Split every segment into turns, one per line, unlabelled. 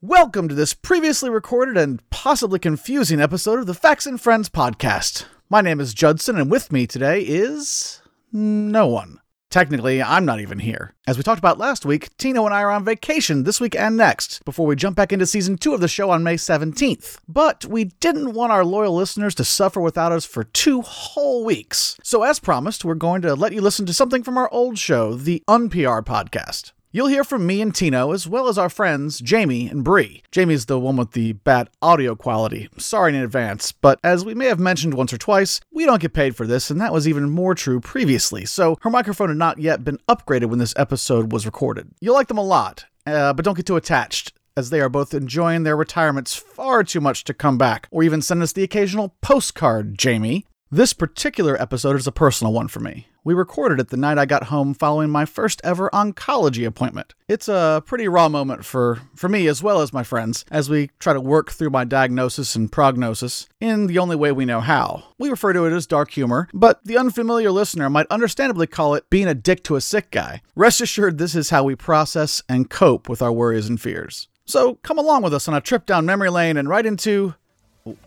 Welcome to this previously recorded and possibly confusing episode of the Facts and Friends podcast. My name is Judson, and with me today is. no one. Technically, I'm not even here. As we talked about last week, Tino and I are on vacation this week and next, before we jump back into season two of the show on May 17th. But we didn't want our loyal listeners to suffer without us for two whole weeks. So, as promised, we're going to let you listen to something from our old show, the UnPR podcast. You'll hear from me and Tino, as well as our friends Jamie and Bree. Jamie's the one with the bad audio quality. Sorry in advance, but as we may have mentioned once or twice, we don't get paid for this, and that was even more true previously, so her microphone had not yet been upgraded when this episode was recorded. You'll like them a lot, uh, but don't get too attached. As they are both enjoying their retirements far too much to come back, or even send us the occasional postcard, Jamie. This particular episode is a personal one for me. We recorded it the night I got home following my first ever oncology appointment. It's a pretty raw moment for, for me as well as my friends as we try to work through my diagnosis and prognosis in the only way we know how. We refer to it as dark humor, but the unfamiliar listener might understandably call it being a dick to a sick guy. Rest assured, this is how we process and cope with our worries and fears. So come along with us on a trip down memory lane and right into,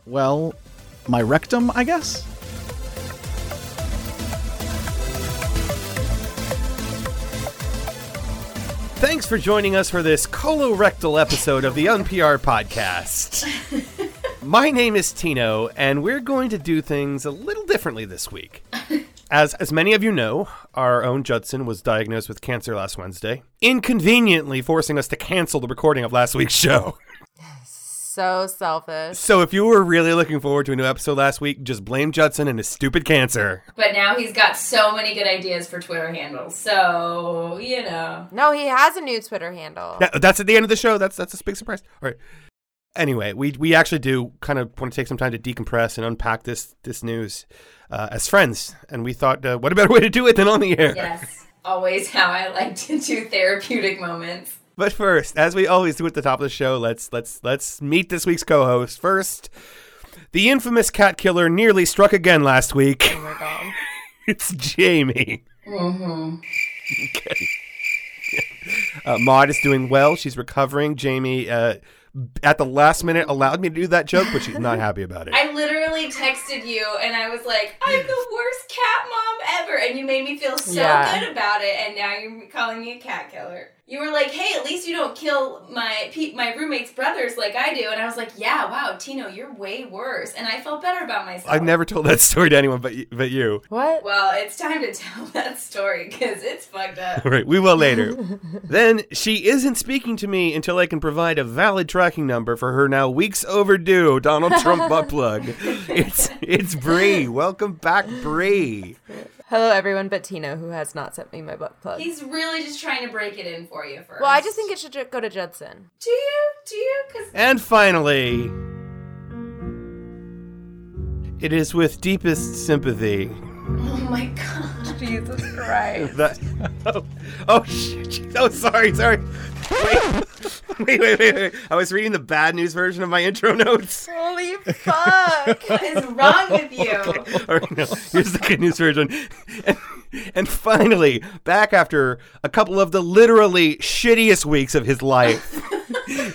well, my rectum, I guess?
Thanks for joining us for this colorectal episode of the NPR podcast. My name is Tino, and we're going to do things a little differently this week. As, as many of you know, our own Judson was diagnosed with cancer last Wednesday, inconveniently forcing us to cancel the recording of last week's show.
So selfish.
So, if you were really looking forward to a new episode last week, just blame Judson and his stupid cancer.
But now he's got so many good ideas for Twitter handles. So, you know.
No, he has a new Twitter handle.
That- that's at the end of the show. That's that's a big surprise. All right. Anyway, we we actually do kind of want to take some time to decompress and unpack this this news uh, as friends, and we thought, uh, what a better way to do it than on the air.
Yes. Always how I like to do therapeutic moments.
But first, as we always do at the top of the show, let's let's let's meet this week's co-host first. The infamous cat killer nearly struck again last week.
Oh my god.
It's Jamie.
Mm-hmm.
Okay. Uh, Maud is doing well. She's recovering. Jamie, uh, at the last minute, allowed me to do that joke, but she's not happy about it.
I literally texted you and I was like, I'm the worst cat mom ever. And you made me feel so
Yeah.
good about it. And now you're calling me a cat killer. You were like, hey, at least you don't kill my pe- my roommate's brothers like I do. And I was like, yeah, wow, Tino, you're way worse. And I felt better about myself.
I've never told that story to anyone but y- but you.
What?
Well, it's time to tell that story because it's fucked up.
All right, we will later. then she isn't speaking to me until I can provide a valid tracking number for her now weeks overdue Donald Trump butt plug. It's it's Bree. Welcome back, Bree.
Hello, everyone but Tino, who has not sent me my butt plug.
He's really just trying to break it in for you first.
well, I just think it should ju- go to Judson.
Do you? Do you? Because
And finally, it is with deepest sympathy
oh my god,
Jesus Christ.
that. Oh, oh shit! Oh, sorry, sorry. Wait. Wait, wait, wait, wait. I was reading the bad news version of my intro notes.
Holy fuck.
what is wrong with you?
All right, no, here's the good news version. And, and finally, back after a couple of the literally shittiest weeks of his life,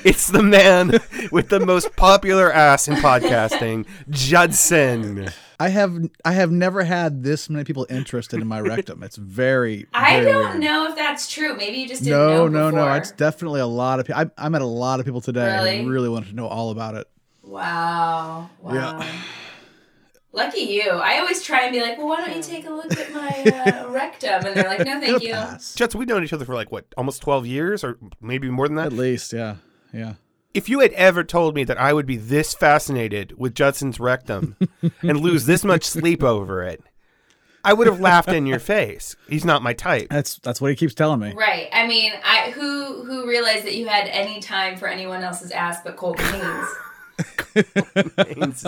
it's the man with the most popular ass in podcasting, Judson.
I have I have never had this many people interested in my rectum. It's very.
I
very
don't
weird.
know if that's true. Maybe you just didn't
No,
know.
no, no.
before.
It's definitely a lot of people. I, I met a lot of people today.
Really?
And really wanted to know all about it. Um,
Wow. Wow.
Yeah.
Lucky you. I always try and be like, well, why don't you take a look at my uh, rectum? And they're like, no,
It'll
thank you.
pass.
Judson, we've known each other for like, what, almost 12 years or maybe more than that?
At least, yeah, yeah.
If you had ever told me that I would be this fascinated with Judson's rectum and lose this much sleep over it, I would have laughed in your face. He's not my type.
That's that's what he keeps telling me.
Right. I mean, I who who realized that you had any time for anyone else's ass but Colton Haynes?
he's,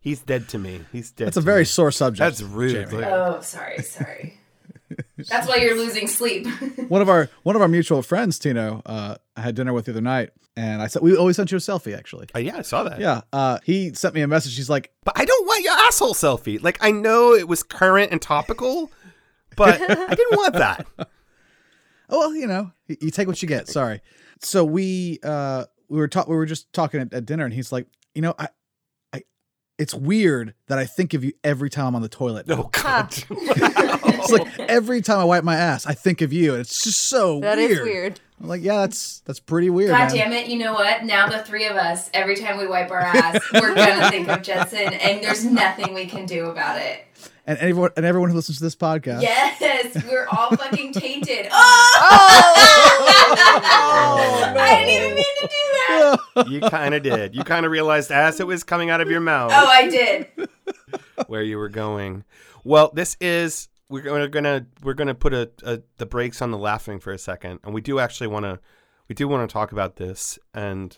he's dead to me. He's dead.
That's a
to
very
me.
sore subject.
That's rude.
Jamie.
Like,
Oh, sorry, sorry. That's why you're losing sleep.
One of our one of our mutual friends, Tino, uh, I had dinner with the other night, and I said we always sent you a selfie. Actually,
uh, yeah, I saw that.
yeah. Uh, he sent me a message. He's like,
but I don't want your asshole selfie. Like I know it was current and topical, but I didn't want that.
Oh, well, you know, y- you take what you get. Sorry. So we uh
we were ta- we were just talking at, at dinner, and he's like, you know, I, I, it's weird that I think of you every time I'm on the toilet.
Oh God!
It's like every time I wipe my ass, I think of you, and it's just so
That is
weird.
weird.
I'm like, yeah, that's that's pretty weird.
God
man.
damn it, you know what? Now the three of us, every time we wipe our ass, we're gonna think of Jetson and there's nothing we can do about it.
And everyone and everyone who listens to this podcast,
Yes, we're all fucking tainted. Oh, I didn't even mean to do that.
you kind of did. You kind of realized as it was coming out of your mouth
Oh, I did.
where you were going. Well, this is we're gonna, gonna we're gonna put a, a the brakes on the laughing for a second, and we do actually want to we do want to talk about this. And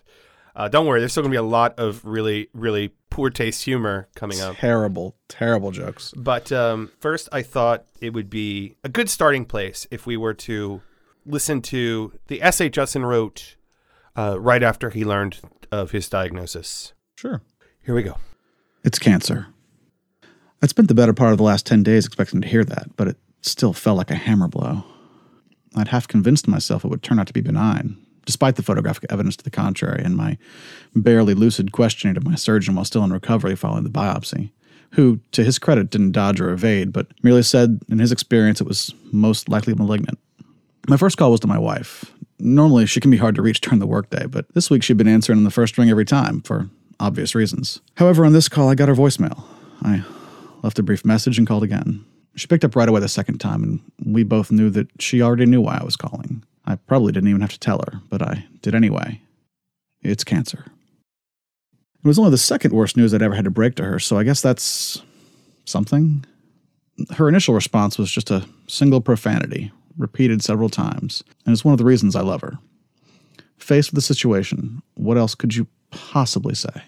uh, don't worry, there's still gonna be a lot of really really poor taste humor coming up.
terrible, terrible jokes.
But um, first, I thought it would be a good starting place if we were to listen to the essay Justin wrote uh, right after he learned of his diagnosis.
Sure.
Here we go.
It's cancer. I'd spent the better part of the last 10 days expecting to hear that, but it still felt like a hammer blow. I'd half convinced myself it would turn out to be benign, despite the photographic evidence to the contrary and my barely lucid questioning of my surgeon while still in recovery following the biopsy, who, to his credit, didn't dodge or evade, but merely said in his experience it was most likely malignant. My first call was to my wife. Normally, she can be hard to reach during the workday, but this week she'd been answering on the first ring every time for obvious reasons. However, on this call, I got her voicemail. I left a brief message and called again. She picked up right away the second time, and we both knew that she already knew why I was calling. I probably didn't even have to tell her, but I did anyway. It's cancer. It was only the second worst news I'd ever had to break to her, so I guess that's something her initial response was just a single profanity, repeated several times, and it's one of the reasons I love her. Faced with the situation, what else could you possibly say?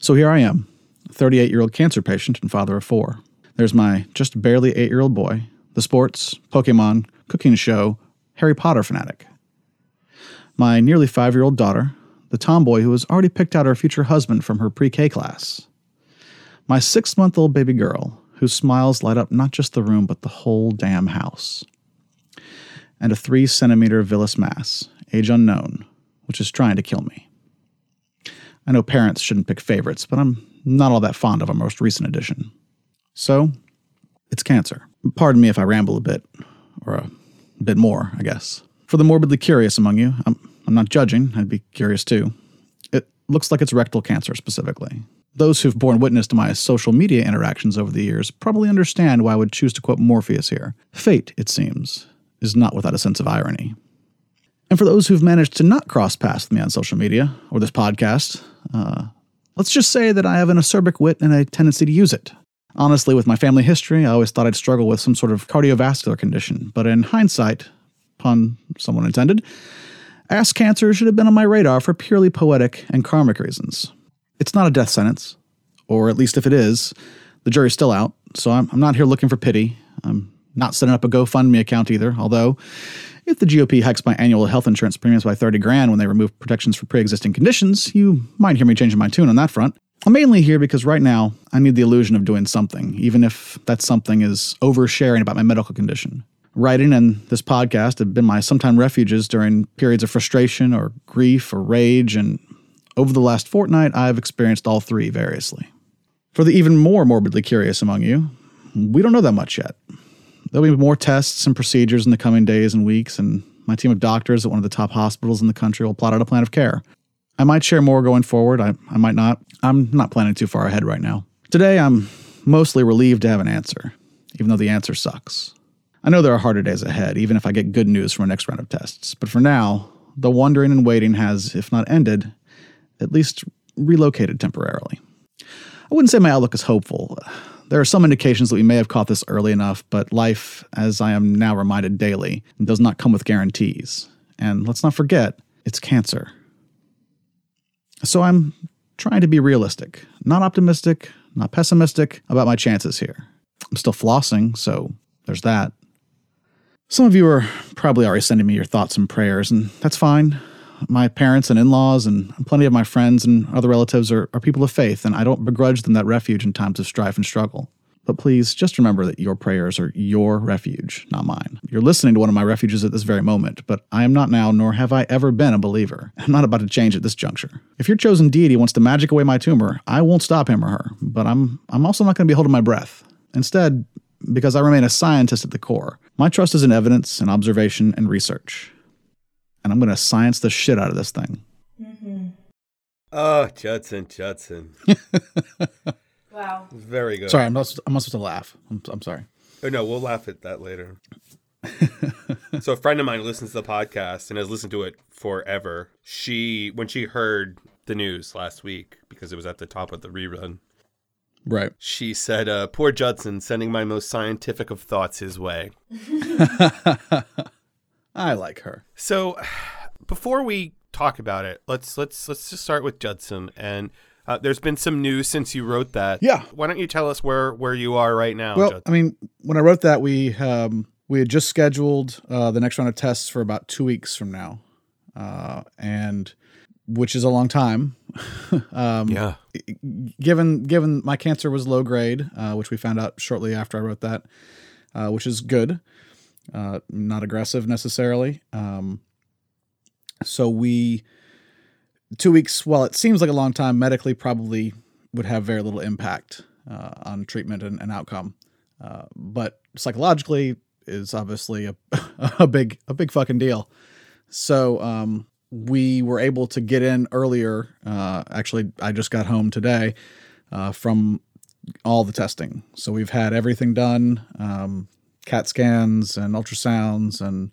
So here I am, a 38 year old cancer patient and father of four. There's my just barely eight year old boy, the sports, Pokemon, cooking show, Harry Potter fanatic. My nearly five year old daughter, the tomboy who has already picked out her future husband from her pre K class my six month old baby girl, whose smiles light up not just the room, but the whole damn house. And a three centimeter villous mass, age unknown, which is trying to kill me. I know parents shouldn't pick favorites, but I'm not all that fond of our most recent addition. So, it's cancer. Pardon me if I ramble a bit, or a bit more, I guess. For the morbidly curious among you, I'm, I'm not judging, I'd be curious too. It looks like it's rectal cancer specifically. Those who've borne witness to my social media interactions over the years probably understand why I would choose to quote Morpheus here. Fate, it seems, is not without a sense of irony. And for those who've managed to not cross paths with me on social media or this podcast, uh, let's just say that I have an acerbic wit and a tendency to use it. Honestly, with my family history, I always thought I'd struggle with some sort of cardiovascular condition, but in hindsight, pun someone intended, ass cancer should have been on my radar for purely poetic and karmic reasons. It's not a death sentence, or at least if it is, the jury's still out, so I'm, I'm not here looking for pity. I'm not setting up a GoFundMe account either, although if the GOP hikes my annual health insurance premiums by 30 grand when they remove protections for pre-existing conditions, you might hear me changing my tune on that front. I'm mainly here because right now I need the illusion of doing something, even if that something is oversharing about my medical condition. Writing and this podcast have been my sometime refuges during periods of frustration or grief or rage, and over the last fortnight, I've experienced all three variously. For the even more morbidly curious among you, we don't know that much yet. There'll be more tests and procedures in the coming days and weeks, and my team of doctors at one of the top hospitals in the country will plot out a plan of care. I might share more going forward, I, I might not. I'm not planning too far ahead right now. Today, I'm mostly relieved to have an answer, even though the answer sucks. I know there are harder days ahead, even if I get good news from our next round of tests, but for now, the wondering and waiting has, if not ended, at least relocated temporarily. I wouldn't say my outlook is hopeful. There are some indications that we may have caught this early enough, but life, as I am now reminded daily, does not come with guarantees. And let's not forget, it's cancer. So I'm trying to be realistic, not optimistic, not pessimistic about my chances here. I'm still flossing, so there's that. Some of you are probably already sending me your thoughts and prayers, and that's fine. My parents and in laws, and plenty of my friends and other relatives are, are people of faith, and I don't begrudge them that refuge in times of strife and struggle. But please just remember that your prayers are your refuge, not mine. You're listening to one of my refuges at this very moment, but I am not now, nor have I ever been a believer. I'm not about to change at this juncture. If your chosen deity wants to magic away my tumor, I won't stop him or her, but I'm I'm also not going to be holding my breath. Instead, because I remain a scientist at the core, my trust is in evidence and observation and research. And I'm going to science the shit out of this thing.
Oh, Judson, Judson.
Wow.
Very good.
Sorry, I'm not, I'm not supposed to laugh. I'm, I'm sorry.
Oh, no, we'll laugh at that later. so a friend of mine listens to the podcast and has listened to it forever. She when she heard the news last week because it was at the top of the rerun,
Right.
she said, uh, "Poor Judson, sending my most scientific of thoughts his way."
I like her.
So, before we talk about it, let's let's let's just start with Judson. And uh, there's been some news since you wrote that.
Yeah.
Why don't you tell us where where you are right now?
Well,
Judson?
I mean, when I wrote that, we um, we had just scheduled uh, the next round of tests for about two weeks from now, uh, and which is a long time. um,
yeah.
Given given my cancer was low grade, uh, which we found out shortly after I wrote that, uh, which is good, uh, not aggressive necessarily. Um, so we two weeks. While it seems like a long time, medically probably would have very little impact uh, on treatment and, and outcome. Uh, but psychologically is obviously a, a big a big fucking deal. So um, we were able to get in earlier. Uh, actually, I just got home today uh, from all the testing. So we've had everything done: um, CAT scans and ultrasounds, and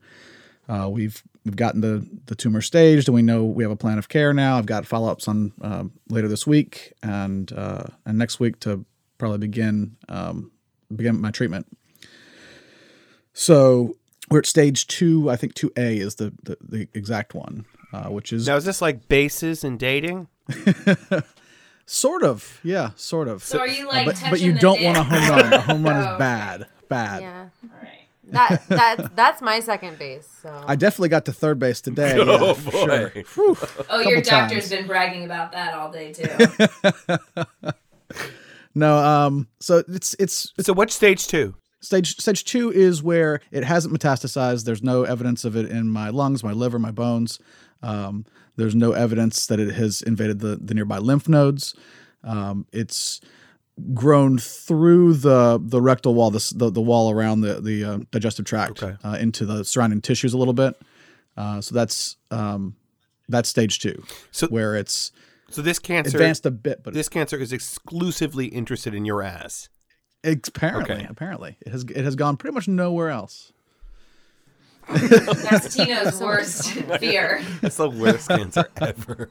uh, we've we've gotten the the tumor staged, and we know we have a plan of care now. I've got follow ups on um later this week and uh, and next week to probably begin um, begin my treatment. So we're at stage two. I think two A is the the, the exact one, uh, which is
Now is this like bases and dating?
sort of yeah, sort of.
So are you, like,
but, but
touching
you
the
don't
dick?
want a home run. A home run
Oh.
is bad, bad.
Yeah.
All right.
That that that's my second base. So
I definitely got to third base today. yeah, for sure.
Oh, your
Couple
doctor's
times.
been bragging about that all day too.
No, um, so it's it's
So what's stage two?
Stage stage two is where it hasn't metastasized. There's no evidence of it in my lungs, my liver, my bones. Um, there's no evidence that it has invaded the, the nearby lymph nodes. Um, it's grown through the the rectal wall, the s- the, the wall around the the uh, digestive tract,
Okay.
uh, into the surrounding tissues a little bit. Uh, so that's um, that's stage two,
So-
where it's
So this cancer
advanced a bit, but
this cancer is exclusively interested in your ass.
apparently,
Okay.
apparently, it has it has gone pretty much nowhere else.
That's Tino's worst fear.
That's the worst cancer ever.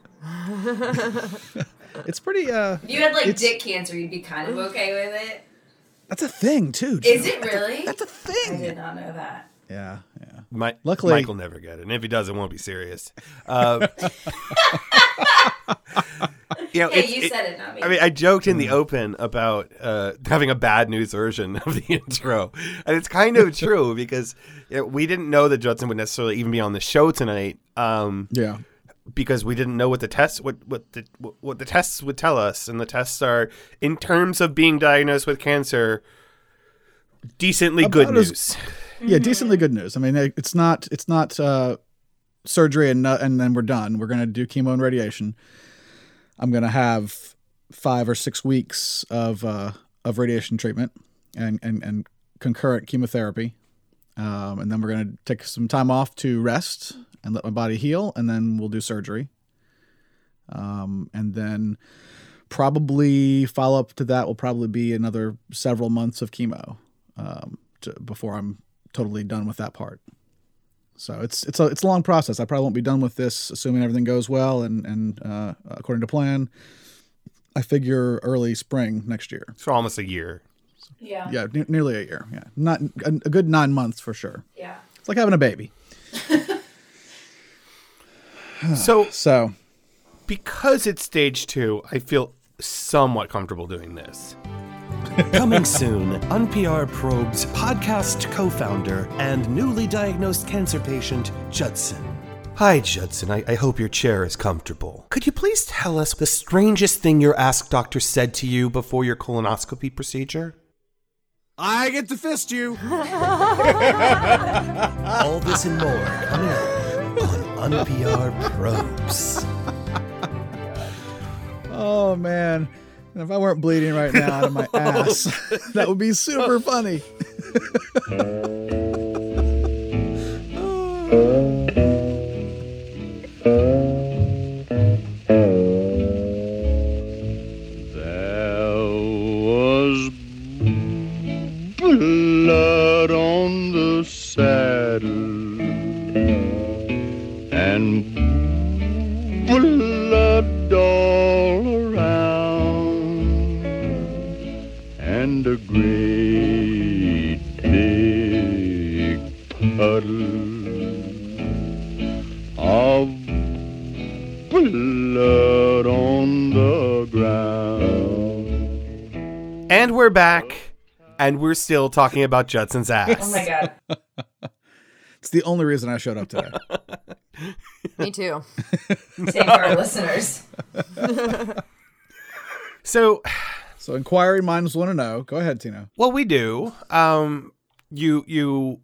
It's pretty. Uh,
If you had like
It's-
dick cancer, you'd be kind of okay with it.
That's a thing too. Joe.
Is it really?
That's a
I
thing.
did not know that.
Yeah, yeah.
My,
Luckily-
Mike will never get it, and if he does, it won't be serious. Uh, you know,
Hey,
it's-
you
it-
said it, not me.
I mean, I joked in
Hmm.
the open about uh, having a bad news version of the intro, and it's kind of true because you know, we didn't know that Judson would necessarily even be on the show tonight. Um,
Yeah.
because we didn't know what the tests what what the what the tests would tell us and the tests are in terms of being diagnosed with cancer decently good
About as-
news
Yeah, decently good news. I mean, it- it's not it's not uh, surgery and no- and then we're done. We're gonna do chemo and radiation. I'm gonna have five or six weeks of uh, of radiation treatment and and and concurrent chemotherapy, um, and then we're gonna take some time off to rest and let my body heal, and then we'll do surgery. Um, and then probably follow up to that will probably be another several months of chemo um, to, before I'm totally done with that part. So it's it's a it's a long process. I probably won't be done with this, assuming everything goes well and and uh, according to plan. I figure early spring next year.
for almost a year
yeah.
Yeah, ne- nearly a year. Yeah, not a, a good nine months for sure.
Yeah.
It's like having a baby.
so
So
because it's stage two i feel somewhat comfortable doing this coming soon npr probes podcast co-founder and newly diagnosed cancer patient judson Hi, Judson. I, I hope your chair is comfortable. Could you please tell us the strangest thing your ask doctor said to you before your colonoscopy procedure?
I get to fist you.
All this and more coming up on NPR Probes.
Oh man. And if I weren't bleeding right now out of my ass, that would be super funny.
There was blood on the saddle and blood all around and a great big puddle of blood on the ground.
And we're back, and we're still talking about Judson's ass.
Oh my god.
It's the only reason I showed up today.
Me too.
Same for our listeners.
So,
So inquiring minds want to know. Go ahead, Tino.
Well, we do. Um, you you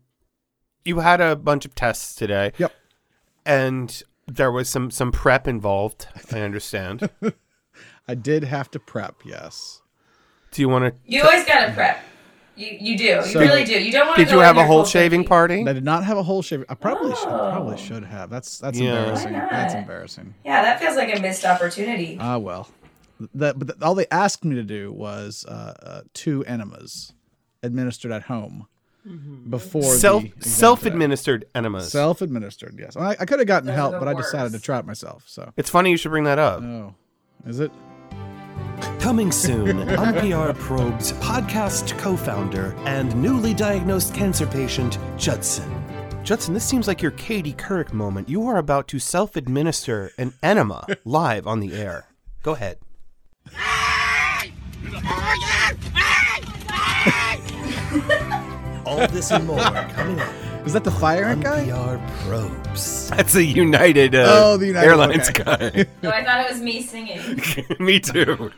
you had a bunch of tests today.
Yep.
And there was some some prep involved. I understand.
I did have to prep, yes.
do you want to?
You always gotta prep. You you do. You
So-
really do. You don't want to.
Did you have a whole shaving party?
I did not have a whole shave. I probably should probably should have. That's that's
Yeah.
embarrassing.
Why not?
That's embarrassing.
Yeah, that feels like a missed opportunity.
Ah well. That but all they asked me to do was uh, uh, two enemas administered at home
Mm-hmm.
before the
Self
exam today.
self administered enemas.
self-administered. Yes, I, I could have gotten
Those are
help,
the
but I decided to
worst.
try it myself. So
it's funny you should bring that up.
no, is it?
Coming soon, NPR probes podcast co founder and newly diagnosed cancer patient Judson.
Judson, this seems like your Katie Couric moment. You are about to self administer an enema live on the air. Go ahead.
All this and more coming up.
Is that the fire
Um,
ant guy?
NPR probes.
That's a United, uh,
Oh, the United,
Airlines
okay.
guy.
No, I thought it was me singing.
Me too.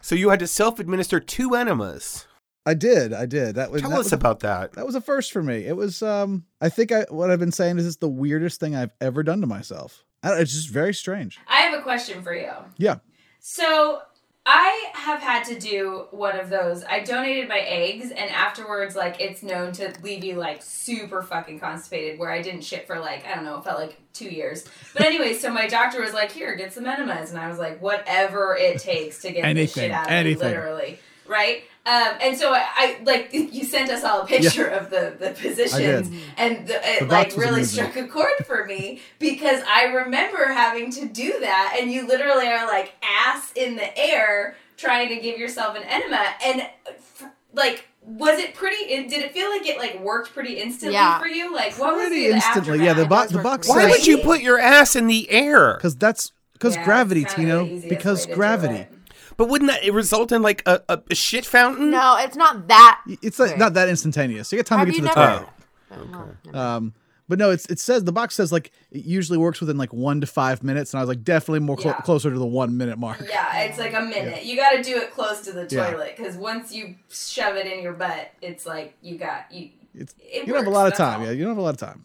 so you had to self-administer two enemas.
I did. I did. That was
Tell
that
us
was,
about that.
that was a first for me. It was. Um, I think I what I've been saying is it's the weirdest thing I've ever done to myself. I don't, it's just very strange.
I have a question for you.
Yeah.
So I have had to do one of those. I donated my eggs, and afterwards, like it's known to leave you like super fucking constipated. Where I didn't shit for like I don't know, it felt like two years. But anyway, so my doctor was like, "Here, get some enemas," and I was like, "Whatever it takes to get this
Anything,
shit out of
anything.
me, literally." Right. Um, and so I, I like you sent us all a picture of the the positions, and the, it
The box
like
was
really
amazing.
struck a chord for me because I remember having to do that, and you literally are like ass in the air trying to give yourself an enema, and f- like was it pretty? It, did it feel like it like worked pretty instantly
Yeah.
for you? Like what was
Pretty
the
instantly. Yeah. The,
aftermath?
bo-
does
the
work
box.
for
Why
says-
would you put your ass in the air?
Cause that's because
Yeah,
gravity,
it's kinda the
Tino.
easiest
Because
way to do
gravity.
it.
But wouldn't that result in like a, a, a shit fountain?
No, it's not that.
Y- It's like,
quick.
not that instantaneous. You got time
Have
to get
you
to the
never?
toilet.
Oh, well, never mind.
Um, but no, it's it says the box says like it usually works within like one to five minutes, and I was like definitely more clo-
Yeah.
closer to the one minute mark.
Yeah, it's like a minute. You got to do it close to the
Yeah.
toilet because once you shove it in your butt, it's like you got you.
It's,
It
you don't have a
works,
lot of
that's
time.
all.
Yeah, you don't have a lot of time.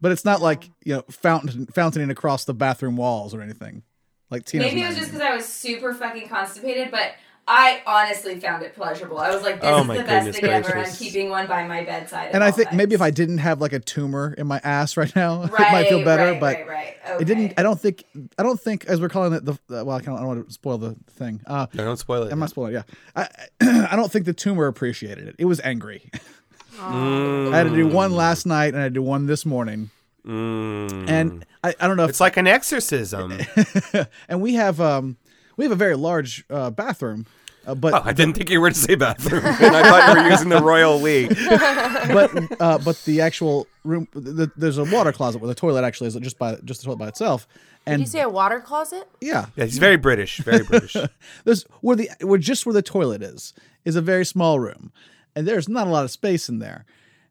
But it's not like you know fountain fountaining across the bathroom walls or anything. Like Tina's
Maybe it was just because I was super fucking constipated, but I honestly found it pleasurable. I was like, this
Oh
is
my
the best
goodness
thing ever. I'm
gracious.
keeping one by my bedside. at
and I
all
think maybe if
times.
I didn't have like a tumor in my ass right now,
right,
it might feel better.
right,
but
right, right.
it didn't.
Okay.
I don't think. I don't think as we're calling it the. the- well, I kinda- I don't want to spoil the thing. Uh,
No, don't spoil it.
I'm not spoiling. it, Yeah, I I don't think the tumor appreciated it. It was angry. I had to do one last night, and I did one this morning.
Mm.
And I, I don't know if
it's like an exorcism.
and we have um we have a very large uh, bathroom uh, but
Oh, I didn't think you were to say bathroom. and I thought you were using the royal we.
but uh, but the actual room th th there's a water closet where the toilet actually is just by just the toilet by itself
Did
and
you say a water closet?
yeah
Yeah, he's very British. Very British.
there's where the where just where the toilet is is a very small room and there's not a lot of space in there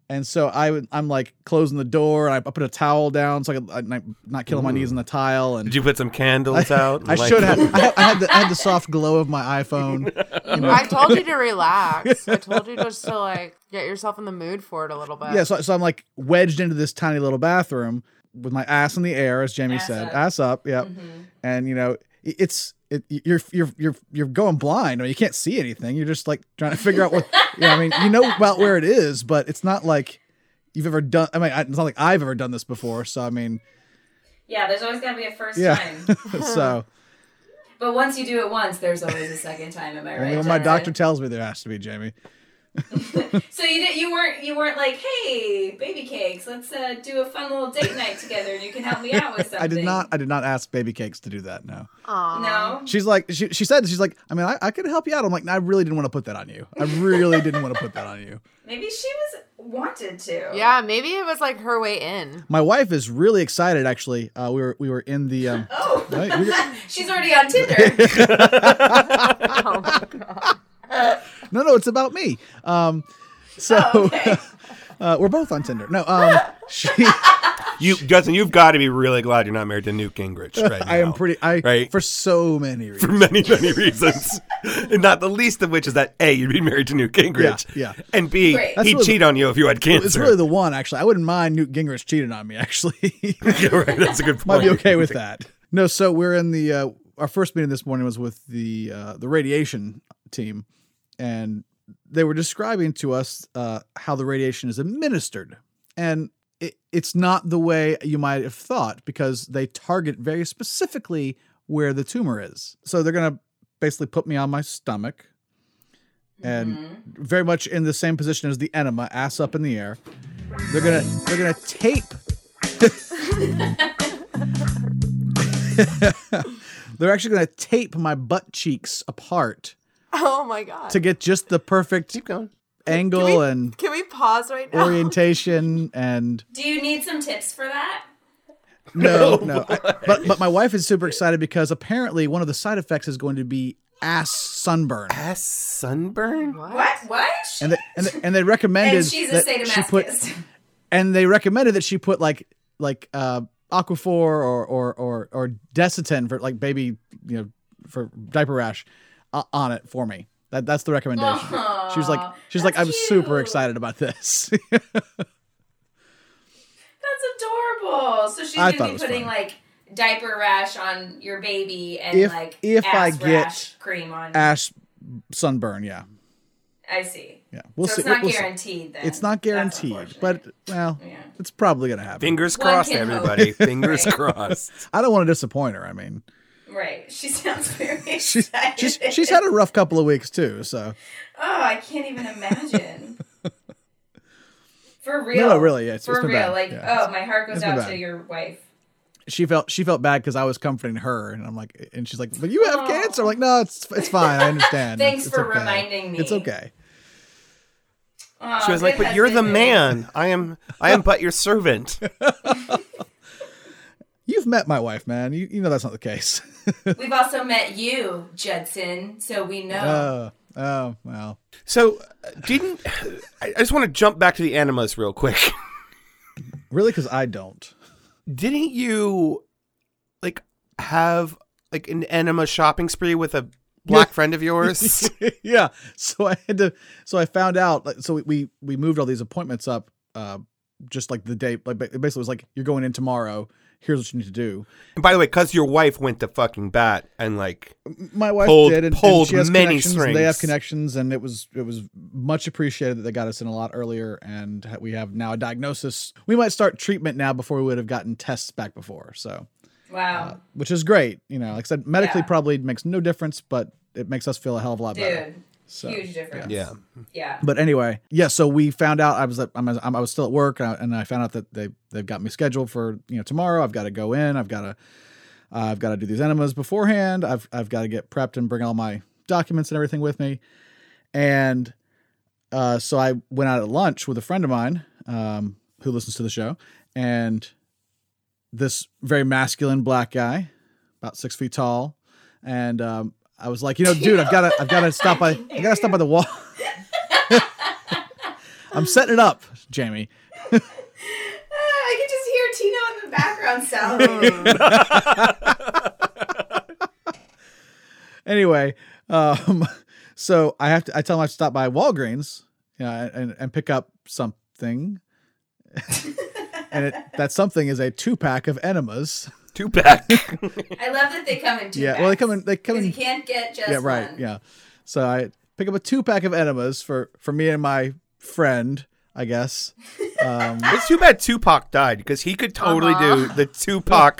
And so I, would- I'm like closing the door, and I, I put a towel down so I could like, not kill my knees in the tile. And
Did you put some candles out?
I
Like-
should have. I, I had the, I had the soft glow of my iPhone.
I told you to relax. I told you just to like get yourself in the mood for it a little bit.
Yeah, so, so I'm like wedged into this tiny little bathroom with my ass in the air, as Jamie
Ass
said,
up. Mm-hmm.
ass up. Yep. And you know, i- it's it, you're you're you're you're going blind. I mean, you can't see anything. You're just like trying to figure out what. you know, I mean, you know about where it is, but it's not like you've ever done. I mean, I- it's not like I've ever done this before. So I mean,
Yeah, there's always got to be a first
Yeah.
time.
so
But once you do it once, there's always a second time. Am I
I mean,
right?
when my
Jennifer?
doctor tells me there has to be Jamie.
So you did, you weren't you weren't like, hey, baby cakes, let's uh, do a fun little date night together, and you can help me out with
I
something.
did not. I did not ask Baby Cakes to do that. No.
Aw.
No.
She's like, she, she said, she's like, I mean, I, I could help you out. I'm like, no, I really didn't want to put that on you. I really didn't want to put that on you.
Maybe she was wanted to.
Yeah, maybe it was like her way in.
My wife is really excited. Actually, uh, we were we were in the um,
Oh.
Right, you're-
She's already on Tinder.
Oh my god.
no no it's about me. Um, so uh, we're both on Tinder. No, um, she.
You, Justin, you've got to be really glad you're not married to Newt Gingrich right now.
I am pretty. I
Right.
for so many
for
reasons.
many, many reasons. and not the least of which is that A, you'd be married to Newt Gingrich.
Yeah, yeah.
And B,
Right.
That's
he'd
really
cheat on you if you had cancer.
It's really the one. Actually, I wouldn't mind Newt Gingrich cheating on me. Actually,
yeah, right. That's a good point.
might be okay with that. No, so we're in the uh, our first meeting this morning was with the uh, the radiation team, and they were describing to us uh, how the radiation is administered, and it, it's not the way you might have thought because they target very specifically where the tumor is. So they're gonna basically put me on my stomach, and very much in the same position as the enema, ass up in the air. They're gonna they're gonna tape. they're actually gonna tape my butt cheeks apart
Oh my god.
to get just the perfect
going.
angle
Can we-
and
Can we pause right now?
orientation and
do you need some tips for that?
no no. I- but but my wife is super excited because apparently one of the side effects is going to be ass sunburn.
Ass sunburn?
What?
What? What?
And they, and they, and they recommended
and she's a
that she
sadomasochist.
put and they recommended that she put like like uh aquaphor or or or or desitin for like baby you know for diaper rash uh, on it for me that that's the recommendation
Aw,
she was like she's like
that's
i'm super
cute.
excited about this
That's adorable. So she's
I thought
gonna
it
be
was
putting
fun.
like diaper rash on your baby and
If-
like
if I
ass
get
rash cream on.
ash sunburn yeah
I see.
yeah we'll
so
see
it's not
we'll see.
guaranteed then.
it's not
That's
guaranteed but
unfortunate.
well
Yeah.
it's probably gonna happen
Fingers
One
crossed,
can hope.
everybody. Fingers
Right.
crossed.
i don't want to disappoint her i mean
Right. She sounds very
she's
excited.
she's she's had a rough couple of weeks too so
Oh, I can't even imagine. For
No,
real.
no, really, yeah, it's-
For
it's been
real.
bad.
Like,
Yeah.
oh, my heart goes
It's been
out
bad.
to your wife.
she felt she felt bad because I was comforting her, and I'm like, and she's like, "But you have
Aw.
cancer." I'm like, "No, it's it's fine. I understand." It's-
Thanks
it's
for
okay.
reminding me.
It's okay.
Oh,
She was like,
good
but you're the
husband, babe."
man. I am I am but your servant.
You've met my wife, man. You you know that's not the case.
We've also met you, Judson, so we know.
Oh, oh well.
So uh, didn't I I just want to jump back to the animus real quick.
Really, because I don't.
didn't you like have like an enema shopping spree with a black friend of yours?
yeah. So I had to. So I found out. Like, so we, we we moved all these appointments up. Uh, just like the day. Like ba- basically, it was like you're going in tomorrow. Here's what you need to do.
and by the way, because your wife went to fucking bat and like
my wife
pulled-
did, and, and
pulled
she has
many
connections, and They have
strings.
connections, and it was it was much appreciated that they got us in a lot earlier, and ha- we have now a diagnosis. We might start treatment now before we would have gotten tests back before, so uh,
wow.
which is great. You know, like I said, medically
Yeah.
probably makes no difference, but it makes us feel a hell of a lot better.
Dude.
So,
huge difference.
yeah.
Yeah.
But anyway, yeah. So we found out I was at, I'm, I'm, I was still at work, uh, and I, and I found out that they they've got me scheduled for you know tomorrow. I've got to go in. I've got to I've got to do these enemas beforehand. I've I've got to get prepped and bring all my documents and everything with me. And uh, so I went out at lunch with a friend of mine um, who listens to the show, and this very masculine black guy, about six feet tall, and um, I was like, you know, dude, I've got to I've got to stop by I got to stop by the wall. I'm setting it up. Jamie.
Ah, I can just hear Tino in the background salivating.
Anyway, um, so I have to. I tell him I have to stop by Walgreens, you know, and and pick up something. and it, that something is a two pack of enemas.
Two pack.
I love that they come in two
Yeah,
packs.
well, they come in. They come
'Cause
in.
you can't get just
yeah, right.
one.
Yeah. So I pick up a two pack of enemas for for me and my friend, I guess. Um,
it's too bad Tupac died because he could totally
Uh-huh.
do the Tupac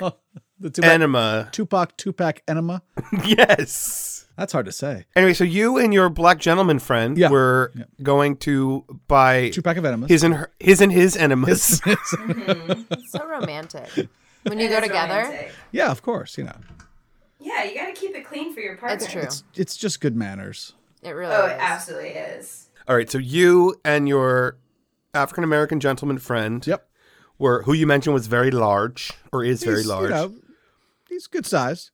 the two pack,
enema.
Tupac two pack enema.
yes.
That's hard to say.
Anyway, so you and your black gentleman friend
Yeah.
were going to buy
Two pack of enemas.
his and her, his and his enemas.
It's so romantic. When you
It
go
is
together,
romantic.
yeah, of course. You know,
Yeah, you gotta keep it clean for your partner.
it's true.
it's just good manners.
it really
Oh,
is.
it absolutely is.
All right, so you and your African American gentleman friend
Yep.
were who you mentioned was very large or is very
He's, you
large.
know, he's good size.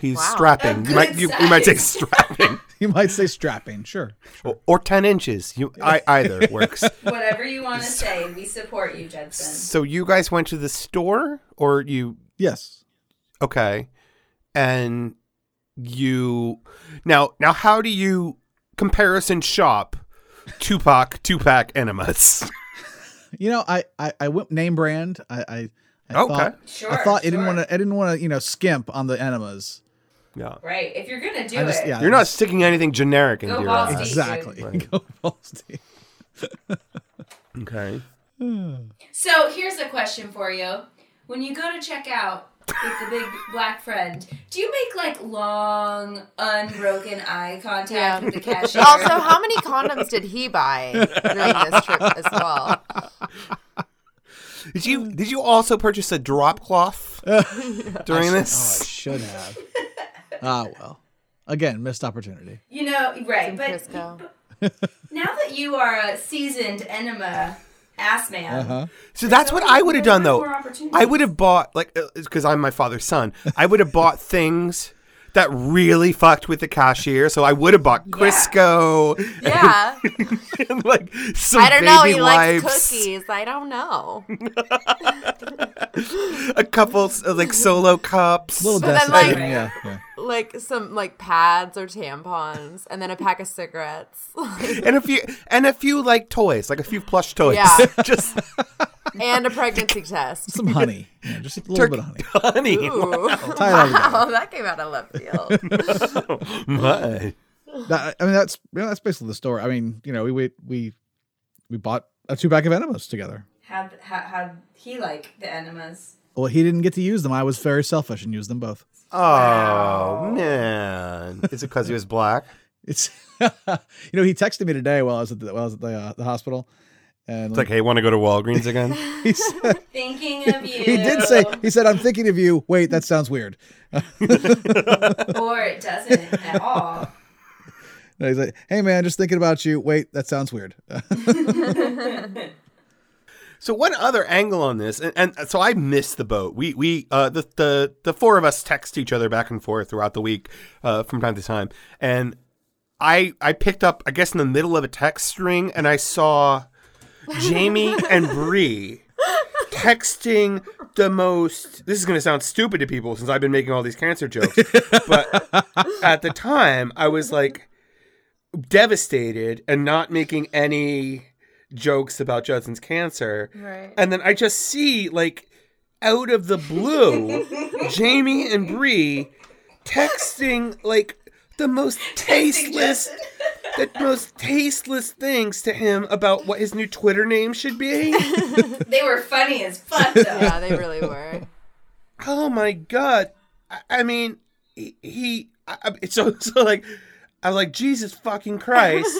He's
Wow.
strapping.
A
You might
good
you, you might say
size.
strapping
You might say strapping. Sure.
or, or ten inches. You I, either works.
Whatever you want to say, we support you, Judson.
so you guys went to the store or you
Yes.
okay, and you now now how do you comparison shop Tupac Tupac enemas?
You know, I I, I went name brand. I I, I
Okay.
thought
Sure.
I thought I
sure.
didn't want to. I didn't want to. You know, skimp on the enemas.
Yeah,
Right. If you're gonna do
I just
it,
yeah.
you're not sticking anything generic into
Go
your
balls
eyes.
deep.
exactly.
Right.
Go balls deep.
Okay.
So here's a question for you: When you go to check out with the big black friend, do you make like long, unbroken eye contact
Yeah.
with the cashier?
Also, how many condoms did he buy during this trip as well?
Did you did you also purchase a drop cloth during
Oh, I
this?
should have. ah well. Again, missed opportunity.
you know, right? But
Frisco.
now that you are a seasoned enema ass man,
So that's what I would have done though.
More opportunity.
I would have bought like because I'm my father's son. I would have bought things that really fucked with the cashier. So I would have bought Crisco,
Yeah.
and, like some
I don't know.
baby
He
wipes,
likes cookies. I don't know.
a couple uh, like solo cups.
Little
then,
destiny.
like-
yeah, yeah.
Like some like pads or tampons, and then a pack of cigarettes,
and a few and a few like toys, like a few plush toys.
Yeah.
Just
and a pregnancy test.
Some honey. Yeah, just a little
Turkey-
bit of honey.
honey.
Ooh.
Tie it all together.
Wow, that came out of left field.
My.
That- I mean, that's you know, that's basically the story. I mean, you know, we we we, we bought a two pack of enemas together.
How how how he like the enemas?
Well, he didn't get to use them. I was very selfish and used them both.
Oh man. Is it because he was black?
It's you know he texted me today while I was at the, while I was at the, uh, the hospital, and
It's like, hey, want to go to Walgreens again?
he, said,
Thinking of you.
he did say he said I'm thinking of you. Wait, that sounds weird.
or it doesn't at all.
And he's like, hey man, just thinking about you. Wait, that sounds weird.
So one other angle on this, and, and so I missed the boat. We we uh, the the the four of us text each other back and forth throughout the week, uh, from time to time, and I I picked up I guess in the middle of a text string, and I saw Jamie and Bree texting the most. This is going to sound stupid to people since I've been making all these cancer jokes, but at the time I was like devastated and not making any jokes about Judson's cancer.
Right.
And then I just see like out of the blue, Jamie and Bree texting like the most tasteless the most tasteless things to him about what his new Twitter name should be.
They were funny as fuck though.
Yeah, they really were.
oh my god. I, I mean, he, he I, I- so so like I was like Jesus fucking Christ.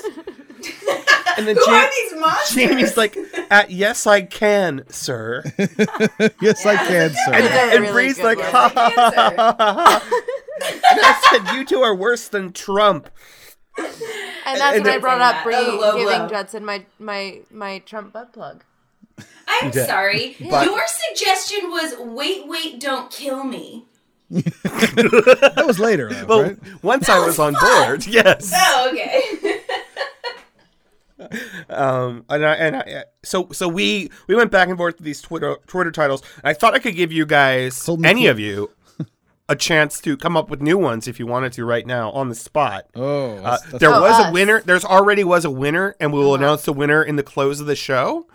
And then
Who
Ja-
are these monsters?
Jamie's like, at yes I can, sir.
yes, I can,
And,
sir.
That's a
and
really
Bree's
good
like,
one.
ha ha ha
Cancer.
And I said, you two are worse than Trump.
And that's
And
when
the-
I brought up Bree
Oh, low
giving
blow.
Judson my my my Trump butt plug.
I'm sorry.
But-
Your suggestion was wait, wait, don't kill me.
That was later, though,
Well,
right? Oh,
once I was on board, yes.
Oh, okay.
um, and I, and I, so so we we went back and forth with these Twitter Twitter titles. I thought I could give you guys
Hold me
any
cool.
of you a chance to come up with new ones if you wanted to right now on the spot.
Oh,
Uh,
that's, that's Uh-huh.
there
Oh,
was a
us.
winner. There's already was a winner, and we will announce the winner in the close of the show.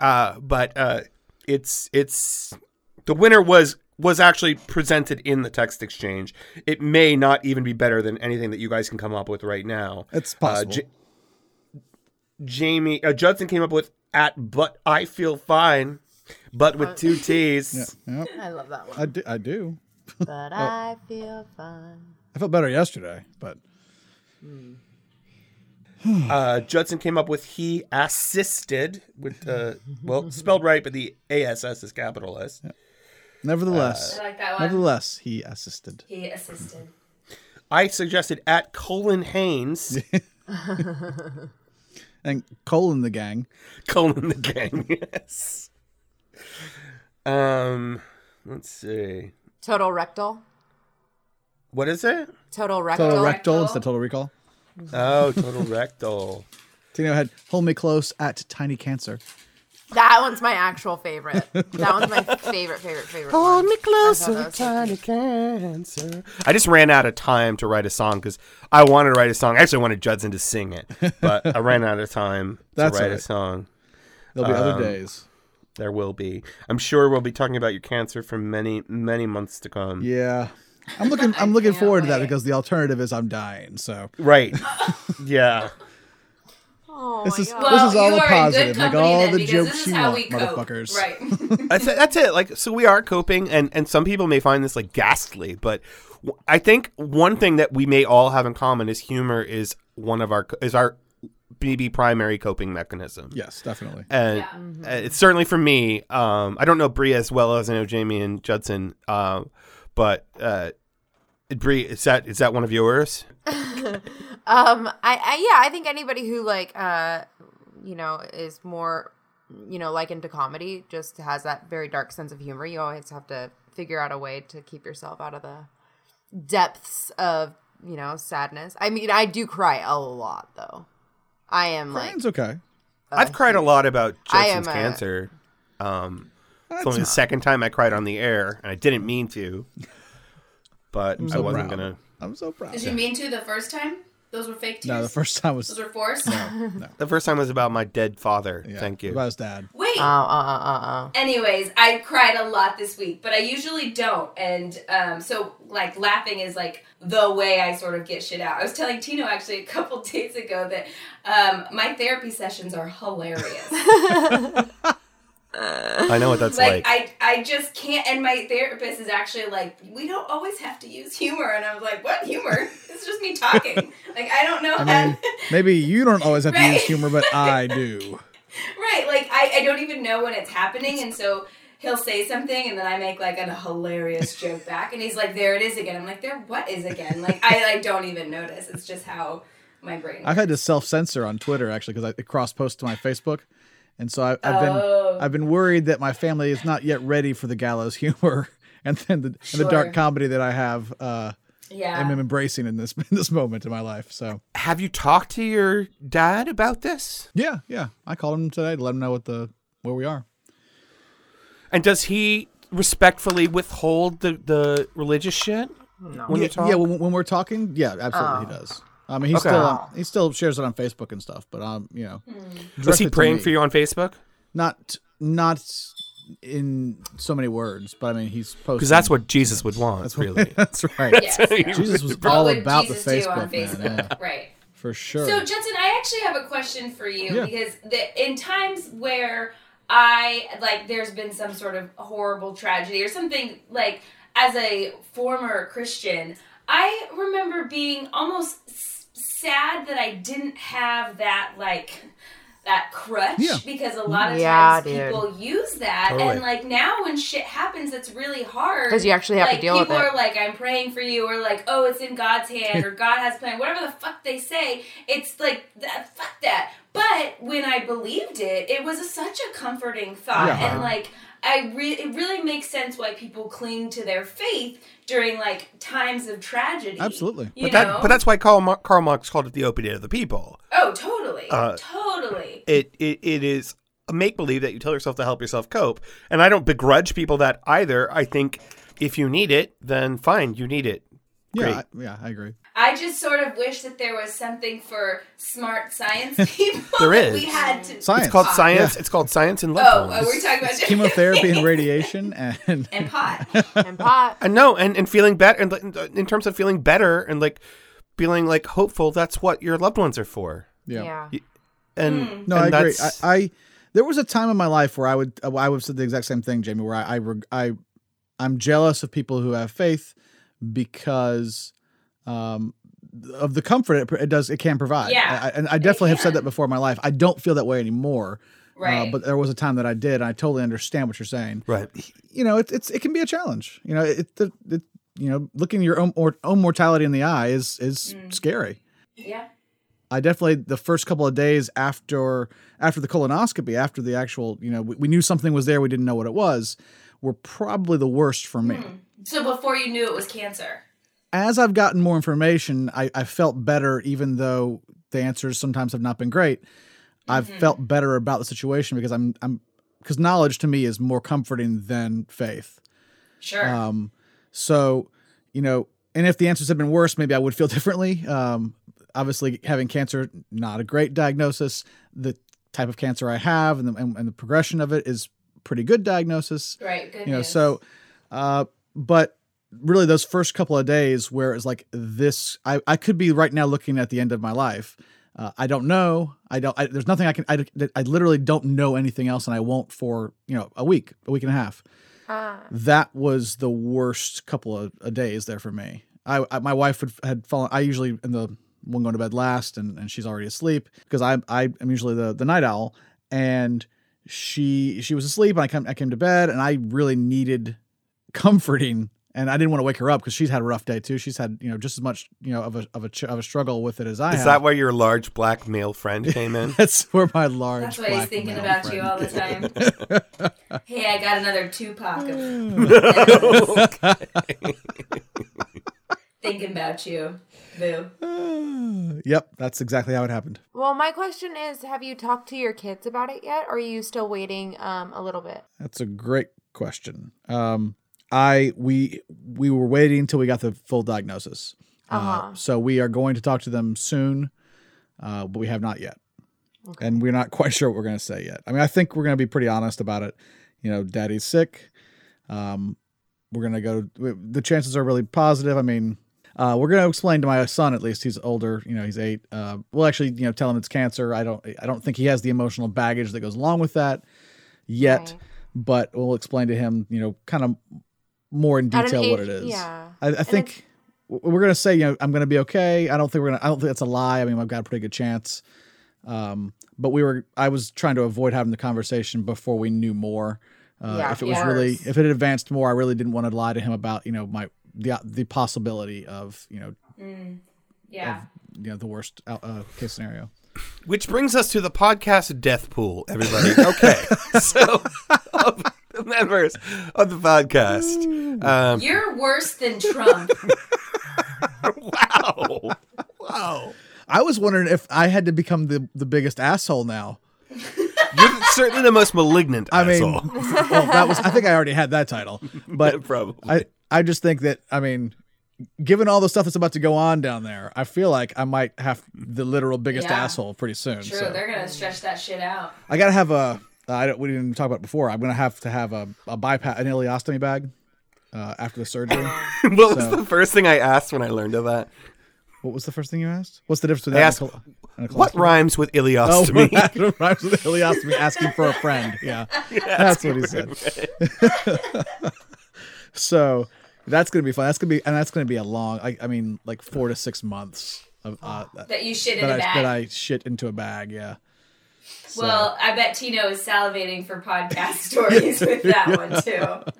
Uh, but uh, it's it's the winner was was actually presented in the text exchange. It may not even be better than anything that you guys can come up with right now.
it's
Uh,
possible.
J- Jamie uh, Judson came up with at but I feel fine, but with two
Uh,
T's.
Yep,
I love that one.
I do. I do.
But I feel fine.
I felt better yesterday, but
Uh, Judson came up with he assisted with uh, well spelled right, but the ass is capital S.
nevertheless,
Uh,
I like that one.
nevertheless, he assisted.
He assisted.
I suggested at Colin Haynes,
And Cole and the gang.
Colin the gang. Yes. Um, let's see.
Total rectal.
What is it?
Total rectal.
Total rectal
Rectal.
instead of total recall.
Oh, total rectal.
Tino had hold me close at tiny cancer.
that one's my actual favorite. That one's my favorite, favorite, favorite. Hold me closer,
cancer. I just ran out of time to write a song because I wanted to write a song. I actually wanted Judson to sing it, but I ran out of time
That's
to write a
alright.
song.
There'll be
Um,
other days.
There will be. I'm sure we'll be talking about your cancer for many, many months to come.
Yeah. I'm looking I'm looking forward
eh?
to that because the alternative is I'm dying. So
Right. yeah.
Oh
this
my
is
god.
Well,
this is all
you
the
are in
positive.
good
Make
company
all
then,
the
because this
jokes
is
you
how
want,
we cope.
motherfuckers.
Right.
That's it, that's it. Like, so we are coping, and and some people may find this like ghastly, but w- I think one thing that we may all have in common is humor is one of our co- is our maybe primary coping mechanism.
Yes, definitely.
And
Yeah.
uh, it's certainly for me. Um, I don't know Brie as well as I know Jamie and Judson, um, but uh, Brie, is that is that one of yours?
Um, I, I yeah, I think anybody who like uh, you know, is more, you know, likened to comedy, just has that very dark sense of humor. You always have to figure out a way to keep yourself out of the depths of you know sadness. I mean, I do cry a lot though. I am like
It's Oh, okay.
I've cried a lot about
I
Judson's
am a-
cancer. Um, it's only the second time I cried on the air, and I didn't mean to, but I
so
wasn't
proud.
gonna.
I'm so proud.
Did you mean to the first time? Those were fake tears.
No, the first time was
Those were forced.
The first time was about my dead father.
yeah,
Thank you.
About his dad.
Wait.
uh uh uh uh.
Anyways, I cried a lot this week, but I usually don't. And um, so, like, laughing is like the way I sort of get shit out. I was telling Tino actually a couple days ago that um, my therapy sessions are hilarious.
I know what that's
like,
like.
I, I just can't. And my therapist is actually like, we don't always have to use humor. And I'm like, what humor? it's just me talking. like, I don't know.
I mean, maybe you don't always have to
Right.
use humor, but I do.
Right, like I, I don't even know when it's happening, and so he'll say something, and then I make like a hilarious joke back, and he's like, "There it is again." I'm like, "There what is again?" Like I like don't even notice. It's just how my brain.
I've had to self censor on Twitter actually because it cross posts to my Facebook, and so I, I've
Oh.
been I've been worried that my family is not yet ready for the gallows humor and then the, and the
Sure.
dark comedy that I have uh,
yeah,
am embracing in this in this moment in my life. So
Have you talked to your dad about this?
yeah, yeah, I called him today to let him know what the where we are.
And does he respectfully withhold the, the religious shit when
yeah,
you talk?
yeah, when, when we're talking, yeah, absolutely,
Oh.
he does. I mean, he
Okay.
still um, he still shares it on Facebook and stuff, but um, you know,
Hmm.
Was
directly
he
to
praying
me.
for you on Facebook?
Not not in so many words, but I mean, he's posting
Because that's what Jesus would want, really.
That's right.
Yes.
Jesus was
What
all
would
about
Jesus
the
do
Facebook,
on Facebook?
man. Yeah,
Right.
for sure.
So, Judson, I actually have a question for you
Yeah.
because the, in times where I like, there's been some sort of horrible tragedy or something like, as a former Christian, I remember being almost s- sad that I didn't have that like that crutch
Yeah.
because a lot of
Yeah,
times
dude.
people use that
Totally.
and like now when shit happens it's really hard
'Cause you actually have to
Like,
deal with
people
it.
are like I'm praying for you or like oh it's in God's hand or God has plan whatever the fuck they say it's like that fuck that but when I believed it it was a, such a comforting thought
Yeah.
and like I re- it really makes sense why people cling to their faith during like times of tragedy
Absolutely.
you
That-
know
but that's why Karl, Mar- Karl Marx called it the opiate of the people.
oh totally
Uh,
totally
it it, it is a make believe that you tell yourself to help yourself cope. And I don't begrudge people that either. I think if you need it, then fine, you need it. Great.
Yeah, I, yeah, I agree.
I just sort of wish that there was something for smart science people.
There
that
is.
We had to.
Science.
It's called science. It's called science and love.
Oh, oh,
Bombs.
we're talking about
Chemotherapy and radiation, and
and pot.
uh. and pot.
And Uh, no, and, and feeling better, and like, in terms of feeling better, and like feeling like hopeful. That's what your loved ones are for.
yeah.
Yeah.
And
No,
and
I agree. I,
that's-
I there was a time in my life where I would uh, I would have said the exact same thing, Jamie. Where I I reg- I I'm jealous of people who have faith because um of the comfort it, pr- it does it can provide.
Yeah,
I, I- and I definitely have said
can.
that before in my life. I don't feel that way anymore. uh,
Right.
but there was a time that I did, and I totally understand what you're saying.
right.
You know, it, it's it can be a challenge. You know, it, it, it you know looking your own or, own mortality in the eye is is scary.
yeah.
I definitely the first couple of days after after the colonoscopy, after the actual, you know, we, we knew something was there, we didn't know what it was, were probably the worst for me.
So before you knew it was cancer.
As I've gotten more information, I, I felt better, even though the answers sometimes have not been great. I've felt better about the situation because I'm I'm because knowledge to me is more comforting than faith.
Sure.
Um, so, you know, and if the answers had been worse, maybe I would feel differently. Um, obviously, having cancer, not a great diagnosis. The type of cancer I have and the, and, and the progression of it is pretty good diagnosis.
right. Good
You know,
news.
so, uh, but really, those first couple of days where it's like this, I, I could be right now looking at the end of my life. Uh, I don't know. I don't. I, there's nothing I can. I, I literally don't know anything else, and I won't for you know a week, a week and a half
Ah.
that was the worst couple of, of days there for me. I, I my wife would, had fallen. I usually in the one going to bed last, and, and she's already asleep because I I am usually the the night owl, and she she was asleep, and I come I came to bed, and I really needed comforting, and I didn't want to wake her up because she's had a rough day too. She's had you know just as much you know of a of a ch- of a struggle with it as I
Is
have.
that where your large black male friend came in?
That's where my large.
That's why he's
black
thinking
male
about
friend
you all the
came.
time. hey, I got another Tupac of thinking about you, boo.
yep, that's exactly how it happened.
Well, my question is, have you talked to your kids about it yet? Or are you still waiting um a little bit?
That's a great question. Um, I we we were waiting until we got the full diagnosis. uh
Uh-huh.
so we are going to talk to them soon, uh, but we have not yet, and we're not quite sure what we're going to say yet. I mean, I think we're going to be pretty honest about it. You know, Daddy's sick. Um, we're going to go. we- The chances are really positive. I mean. Uh, we're going to explain to my son at least he's older you know he's eight uh, we'll actually you know tell him it's cancer i don't i don't think he has the emotional baggage that goes along with that yet
Right.
but we'll explain to him, you know, kind of more in
At an
detail what
age-
it is.
yeah.
I, I think w- we're gonna say, you know, I'm gonna be okay. I don't think we're gonna. I don't think that's a lie. I mean, I've got a pretty good chance. Um, but we were. I was trying to avoid having the conversation before we knew more. Uh,
Yeah,
if it
of
was really,
course.
if it had advanced more, I really didn't want to lie to him about, you know, my the the possibility of, you know,
Yeah.
you know, the worst out- uh, case scenario.
Which brings us to the podcast Death Pool, everybody. Okay. so, of the members of the podcast. Um,
You're worse than Trump.
wow. Wow.
I was wondering if I had to become the the biggest asshole now.
You're certainly the most malignant
I mean,
asshole.
well, that was. I think I already had that title, but
Probably.
I I just think that I mean, given all the stuff that's about to go on down there, I feel like I might have the literal biggest
Yeah.
asshole pretty soon.
True.
so
They're gonna stretch that shit out.
I gotta have a. uh, I don't, we didn't even talk about it before. I'm gonna have to have a, a bypass, an ileostomy bag, uh, after the surgery.
what was
so-
the first thing I asked when I learned of that?
what was the first thing you asked? What's the difference between
I
that
asked,
and a col- and a
What
colostomy?
rhymes with
Oh,
ileostomy?
what rhymes with ileostomy? Asking for a friend. Yeah, that's what he said. so that's gonna be fun. That's gonna be and that's gonna be a long. I, I mean, like four to six months of uh,
That you shit in
that
a
I,
bag.
that I shit into a bag. Yeah.
Well, I bet Tino is salivating for podcast stories with that one too.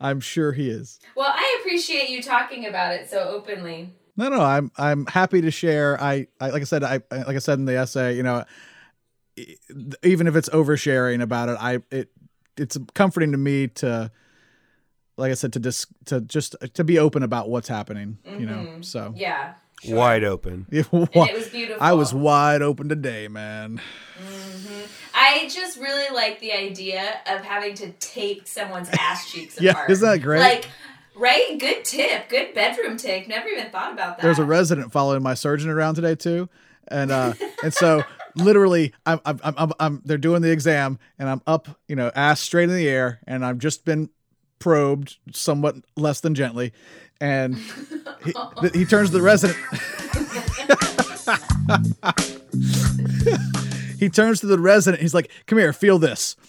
I'm sure he is.
Well, I appreciate you talking about it so openly.
No, no, I'm I'm happy to share. I, I like I said, I I- like I said in the essay, you know, e- even if it's oversharing about it, I it it's comforting to me to, like I said, to dis, to just to be open about what's happening. You know, so
Yeah.
wide open.
It
Mm-hmm. And it was beautiful.
I was wide open today, man.
I just really like the idea of having to tape someone's ass cheeks
Yeah,
apart.
isn't that great?
Like, right? Good tip. Good bedroom tip. Never even thought about that.
There's a resident following my surgeon around today too, and uh, and so literally, I'm, I'm I'm I'm I'm they're doing the exam, and I'm up, you know, ass straight in the air, and I've just been probed somewhat less than gently, and he, th- he turns to the resident. he turns to the resident. He's like, "Come here, feel this."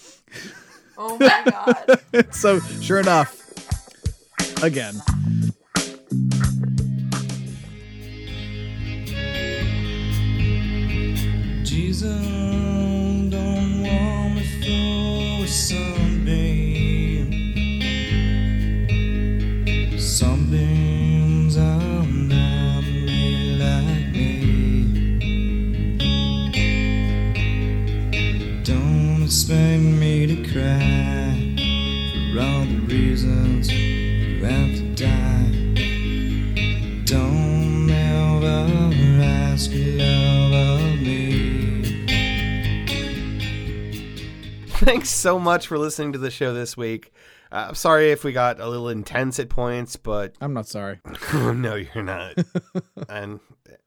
Oh my god.
so sure enough, again.
Jesus, don't want me for someday. Some things are not made like me. Don't expect me to cry for all the reasons you have to die. Don't ever ask your love of me.
Thanks so much for listening to the show this week. Uh, I'm sorry if we got a little intense at points, but
I'm not sorry.
no, you're not. and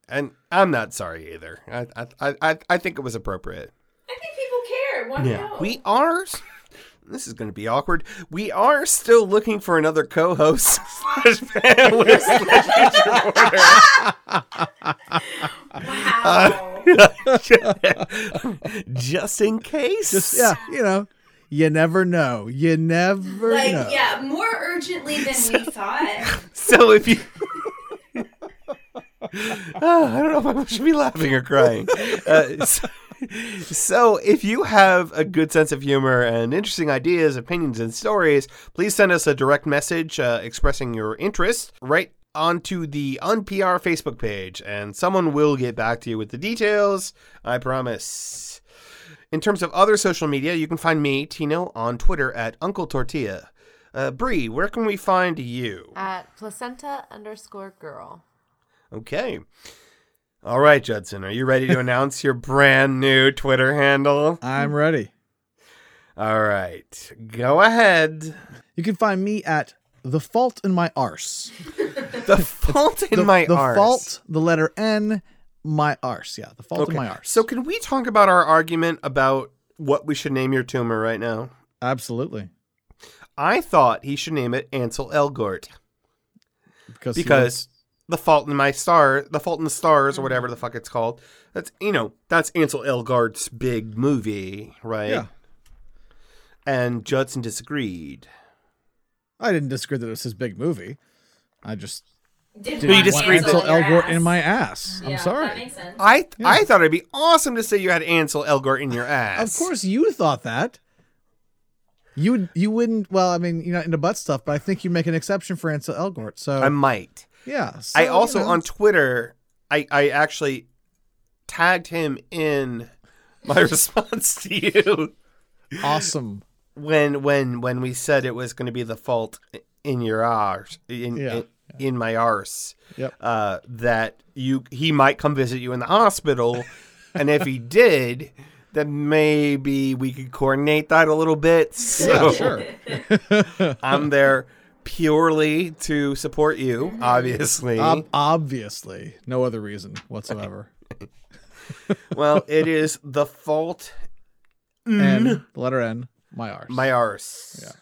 and I'm not sorry either. I I, I I think it was appropriate.
I think people care. Why not?
We are. This is going to be awkward. We are still looking for another co-host. slash panelist.
Wow.
Just in case.
Just yeah, you know, you never know. You never
like,
know.
yeah, more urgently than we thought.
So if you. Ah, I don't know if I should be laughing or crying. Uh, so, so if you have a good sense of humor and interesting ideas, opinions, and stories, please send us a direct message uh, expressing your interest right onto the UnPR Facebook page, and someone will get back to you with the details. I promise. In terms of other social media, you can find me, Tino, on Twitter at Uncle Tortilla. Uh, Bree, where can we find you?
At placenta underscore girl.
Okay. All right, Judson, are you ready to announce your brand new Twitter handle?
I'm ready.
All right. Go ahead.
You can find me at the fault in my arse.
The fault in
The,
my
the
arse.
fault, the letter N, my arse. Yeah, the fault
Okay.
in my arse.
So can we talk about our argument about what we should name your tumor right now?
absolutely
I thought he should name it Ansel Elgort
because he Mm-hmm.
because the fault in my star, the fault in the stars, or whatever the fuck it's called. That's you know that's Ansel Elgort's big movie, right?
Yeah.
And Judson disagreed.
was- I didn't disagree that it was his big movie. I just
Did
you
not
disagree
cancel
Ansel
with
your
Elgort
ass.
in my ass. I'm
Yeah, That
sorry.
makes sense.
I I thought it'd be awesome to say you had Ansel Elgort in your
Of
ass.
course, you thought that. You would- you wouldn't. Well, I mean, you're not into butt stuff, but I think you make an exception for Ansel Elgort. So
I might.
yeah. so,
I
you
also
know.
on Twitter, I I actually tagged him in my response to you
awesome.
when when when we said it was going to be the fault in your arse in
Yeah.
in, in my arse.
Yep.
Uh, that you he might come visit you in the hospital, and if he did. Then maybe we could coordinate that a little bit. So
Yeah, sure.
I'm there purely to support you, obviously.
Ob- obviously, no other reason whatsoever.
well, it is the fault
and the letter N, my arse.
my arse.
Yeah.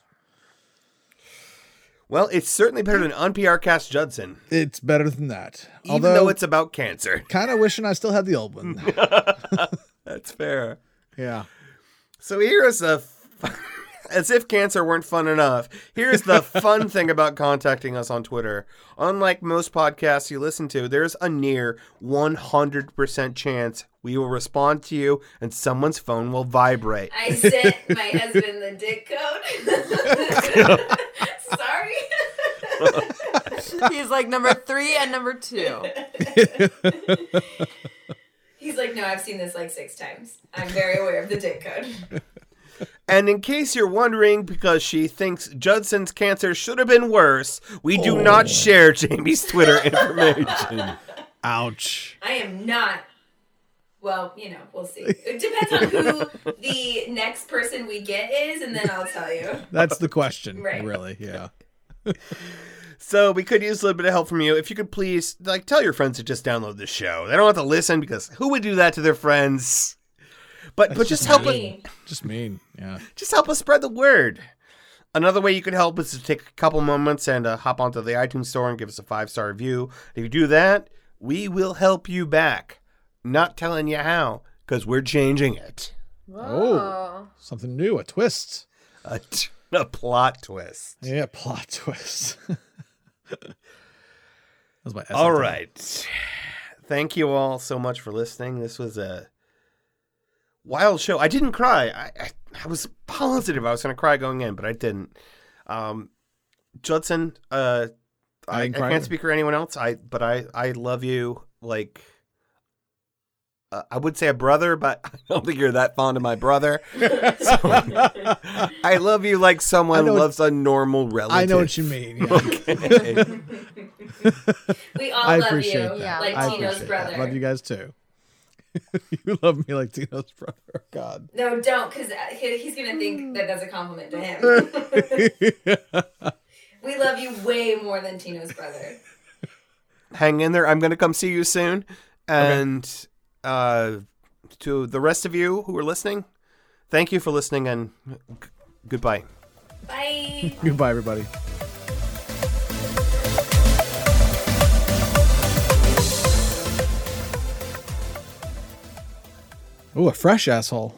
Well, it's certainly better than unpr cast Judson,
it's better than that.
even
Although,
though it's about cancer.
kind of wishing I still had the old one.
That's fair.
yeah.
So here is the. f- As if cancer weren't fun enough, here's the fun thing about contacting us on Twitter. Unlike most podcasts you listen to, there's a near 100% chance we will respond to you and someone's phone will vibrate.
I sent my husband the dick code. Sorry.
He's like number three and number two.
He's like, no, I've seen this like six times. I'm very aware of the dick code.
And in case you're wondering, because she thinks Judson's cancer should have been worse, we do not share Jamie's Twitter information.
Ouch.
I am not. Well, you know, we'll see. It depends on who the next person we get is, and then I'll tell you.
That's the question,
Right.
really. Yeah.
So we could use a little bit of help from you. If you could please, like, tell your friends to just download the show. They don't have to listen because who would do that to their friends? But but just help us,
Me.
Just mean. Yeah.
just help us spread the word. Another way you could help is to take a couple moments and uh, hop onto the iTunes store and give us a five star review. If you do that, we will help you back. Not telling you how because we're changing it.
Oh. Something new, a twist.
A, t- a plot twist.
Yeah, plot twist. that was my
All right. Thank you all so much for listening. This was a wild show. I didn't cry. I I, I was positive I was going to cry going in, but I didn't. Um, Judson, uh,
I
I, I
didn't cry
can't
either.
speak for anyone else. I but I I love you like. Uh, I would say a brother, but I don't think you're that fond of my brother. So, I love you like someone
know what-
loves a normal relative.
I know what you mean. Yeah.
mean.
We all
I
love
appreciate
you,
that.
Yeah,
like
I
Tino's
appreciate
brother.
That. Love you guys too. you love me like Tino's brother. Oh, God.
No, don't, because he's gonna
Mm.
think that that's a compliment to him. we love you way more than Tino's brother.
hang in there. I'm going to come see you soon. And uh, to the rest of you who are listening, thank you for listening and g- goodbye.
Bye.
Goodbye, everybody. Ooh, a fresh asshole.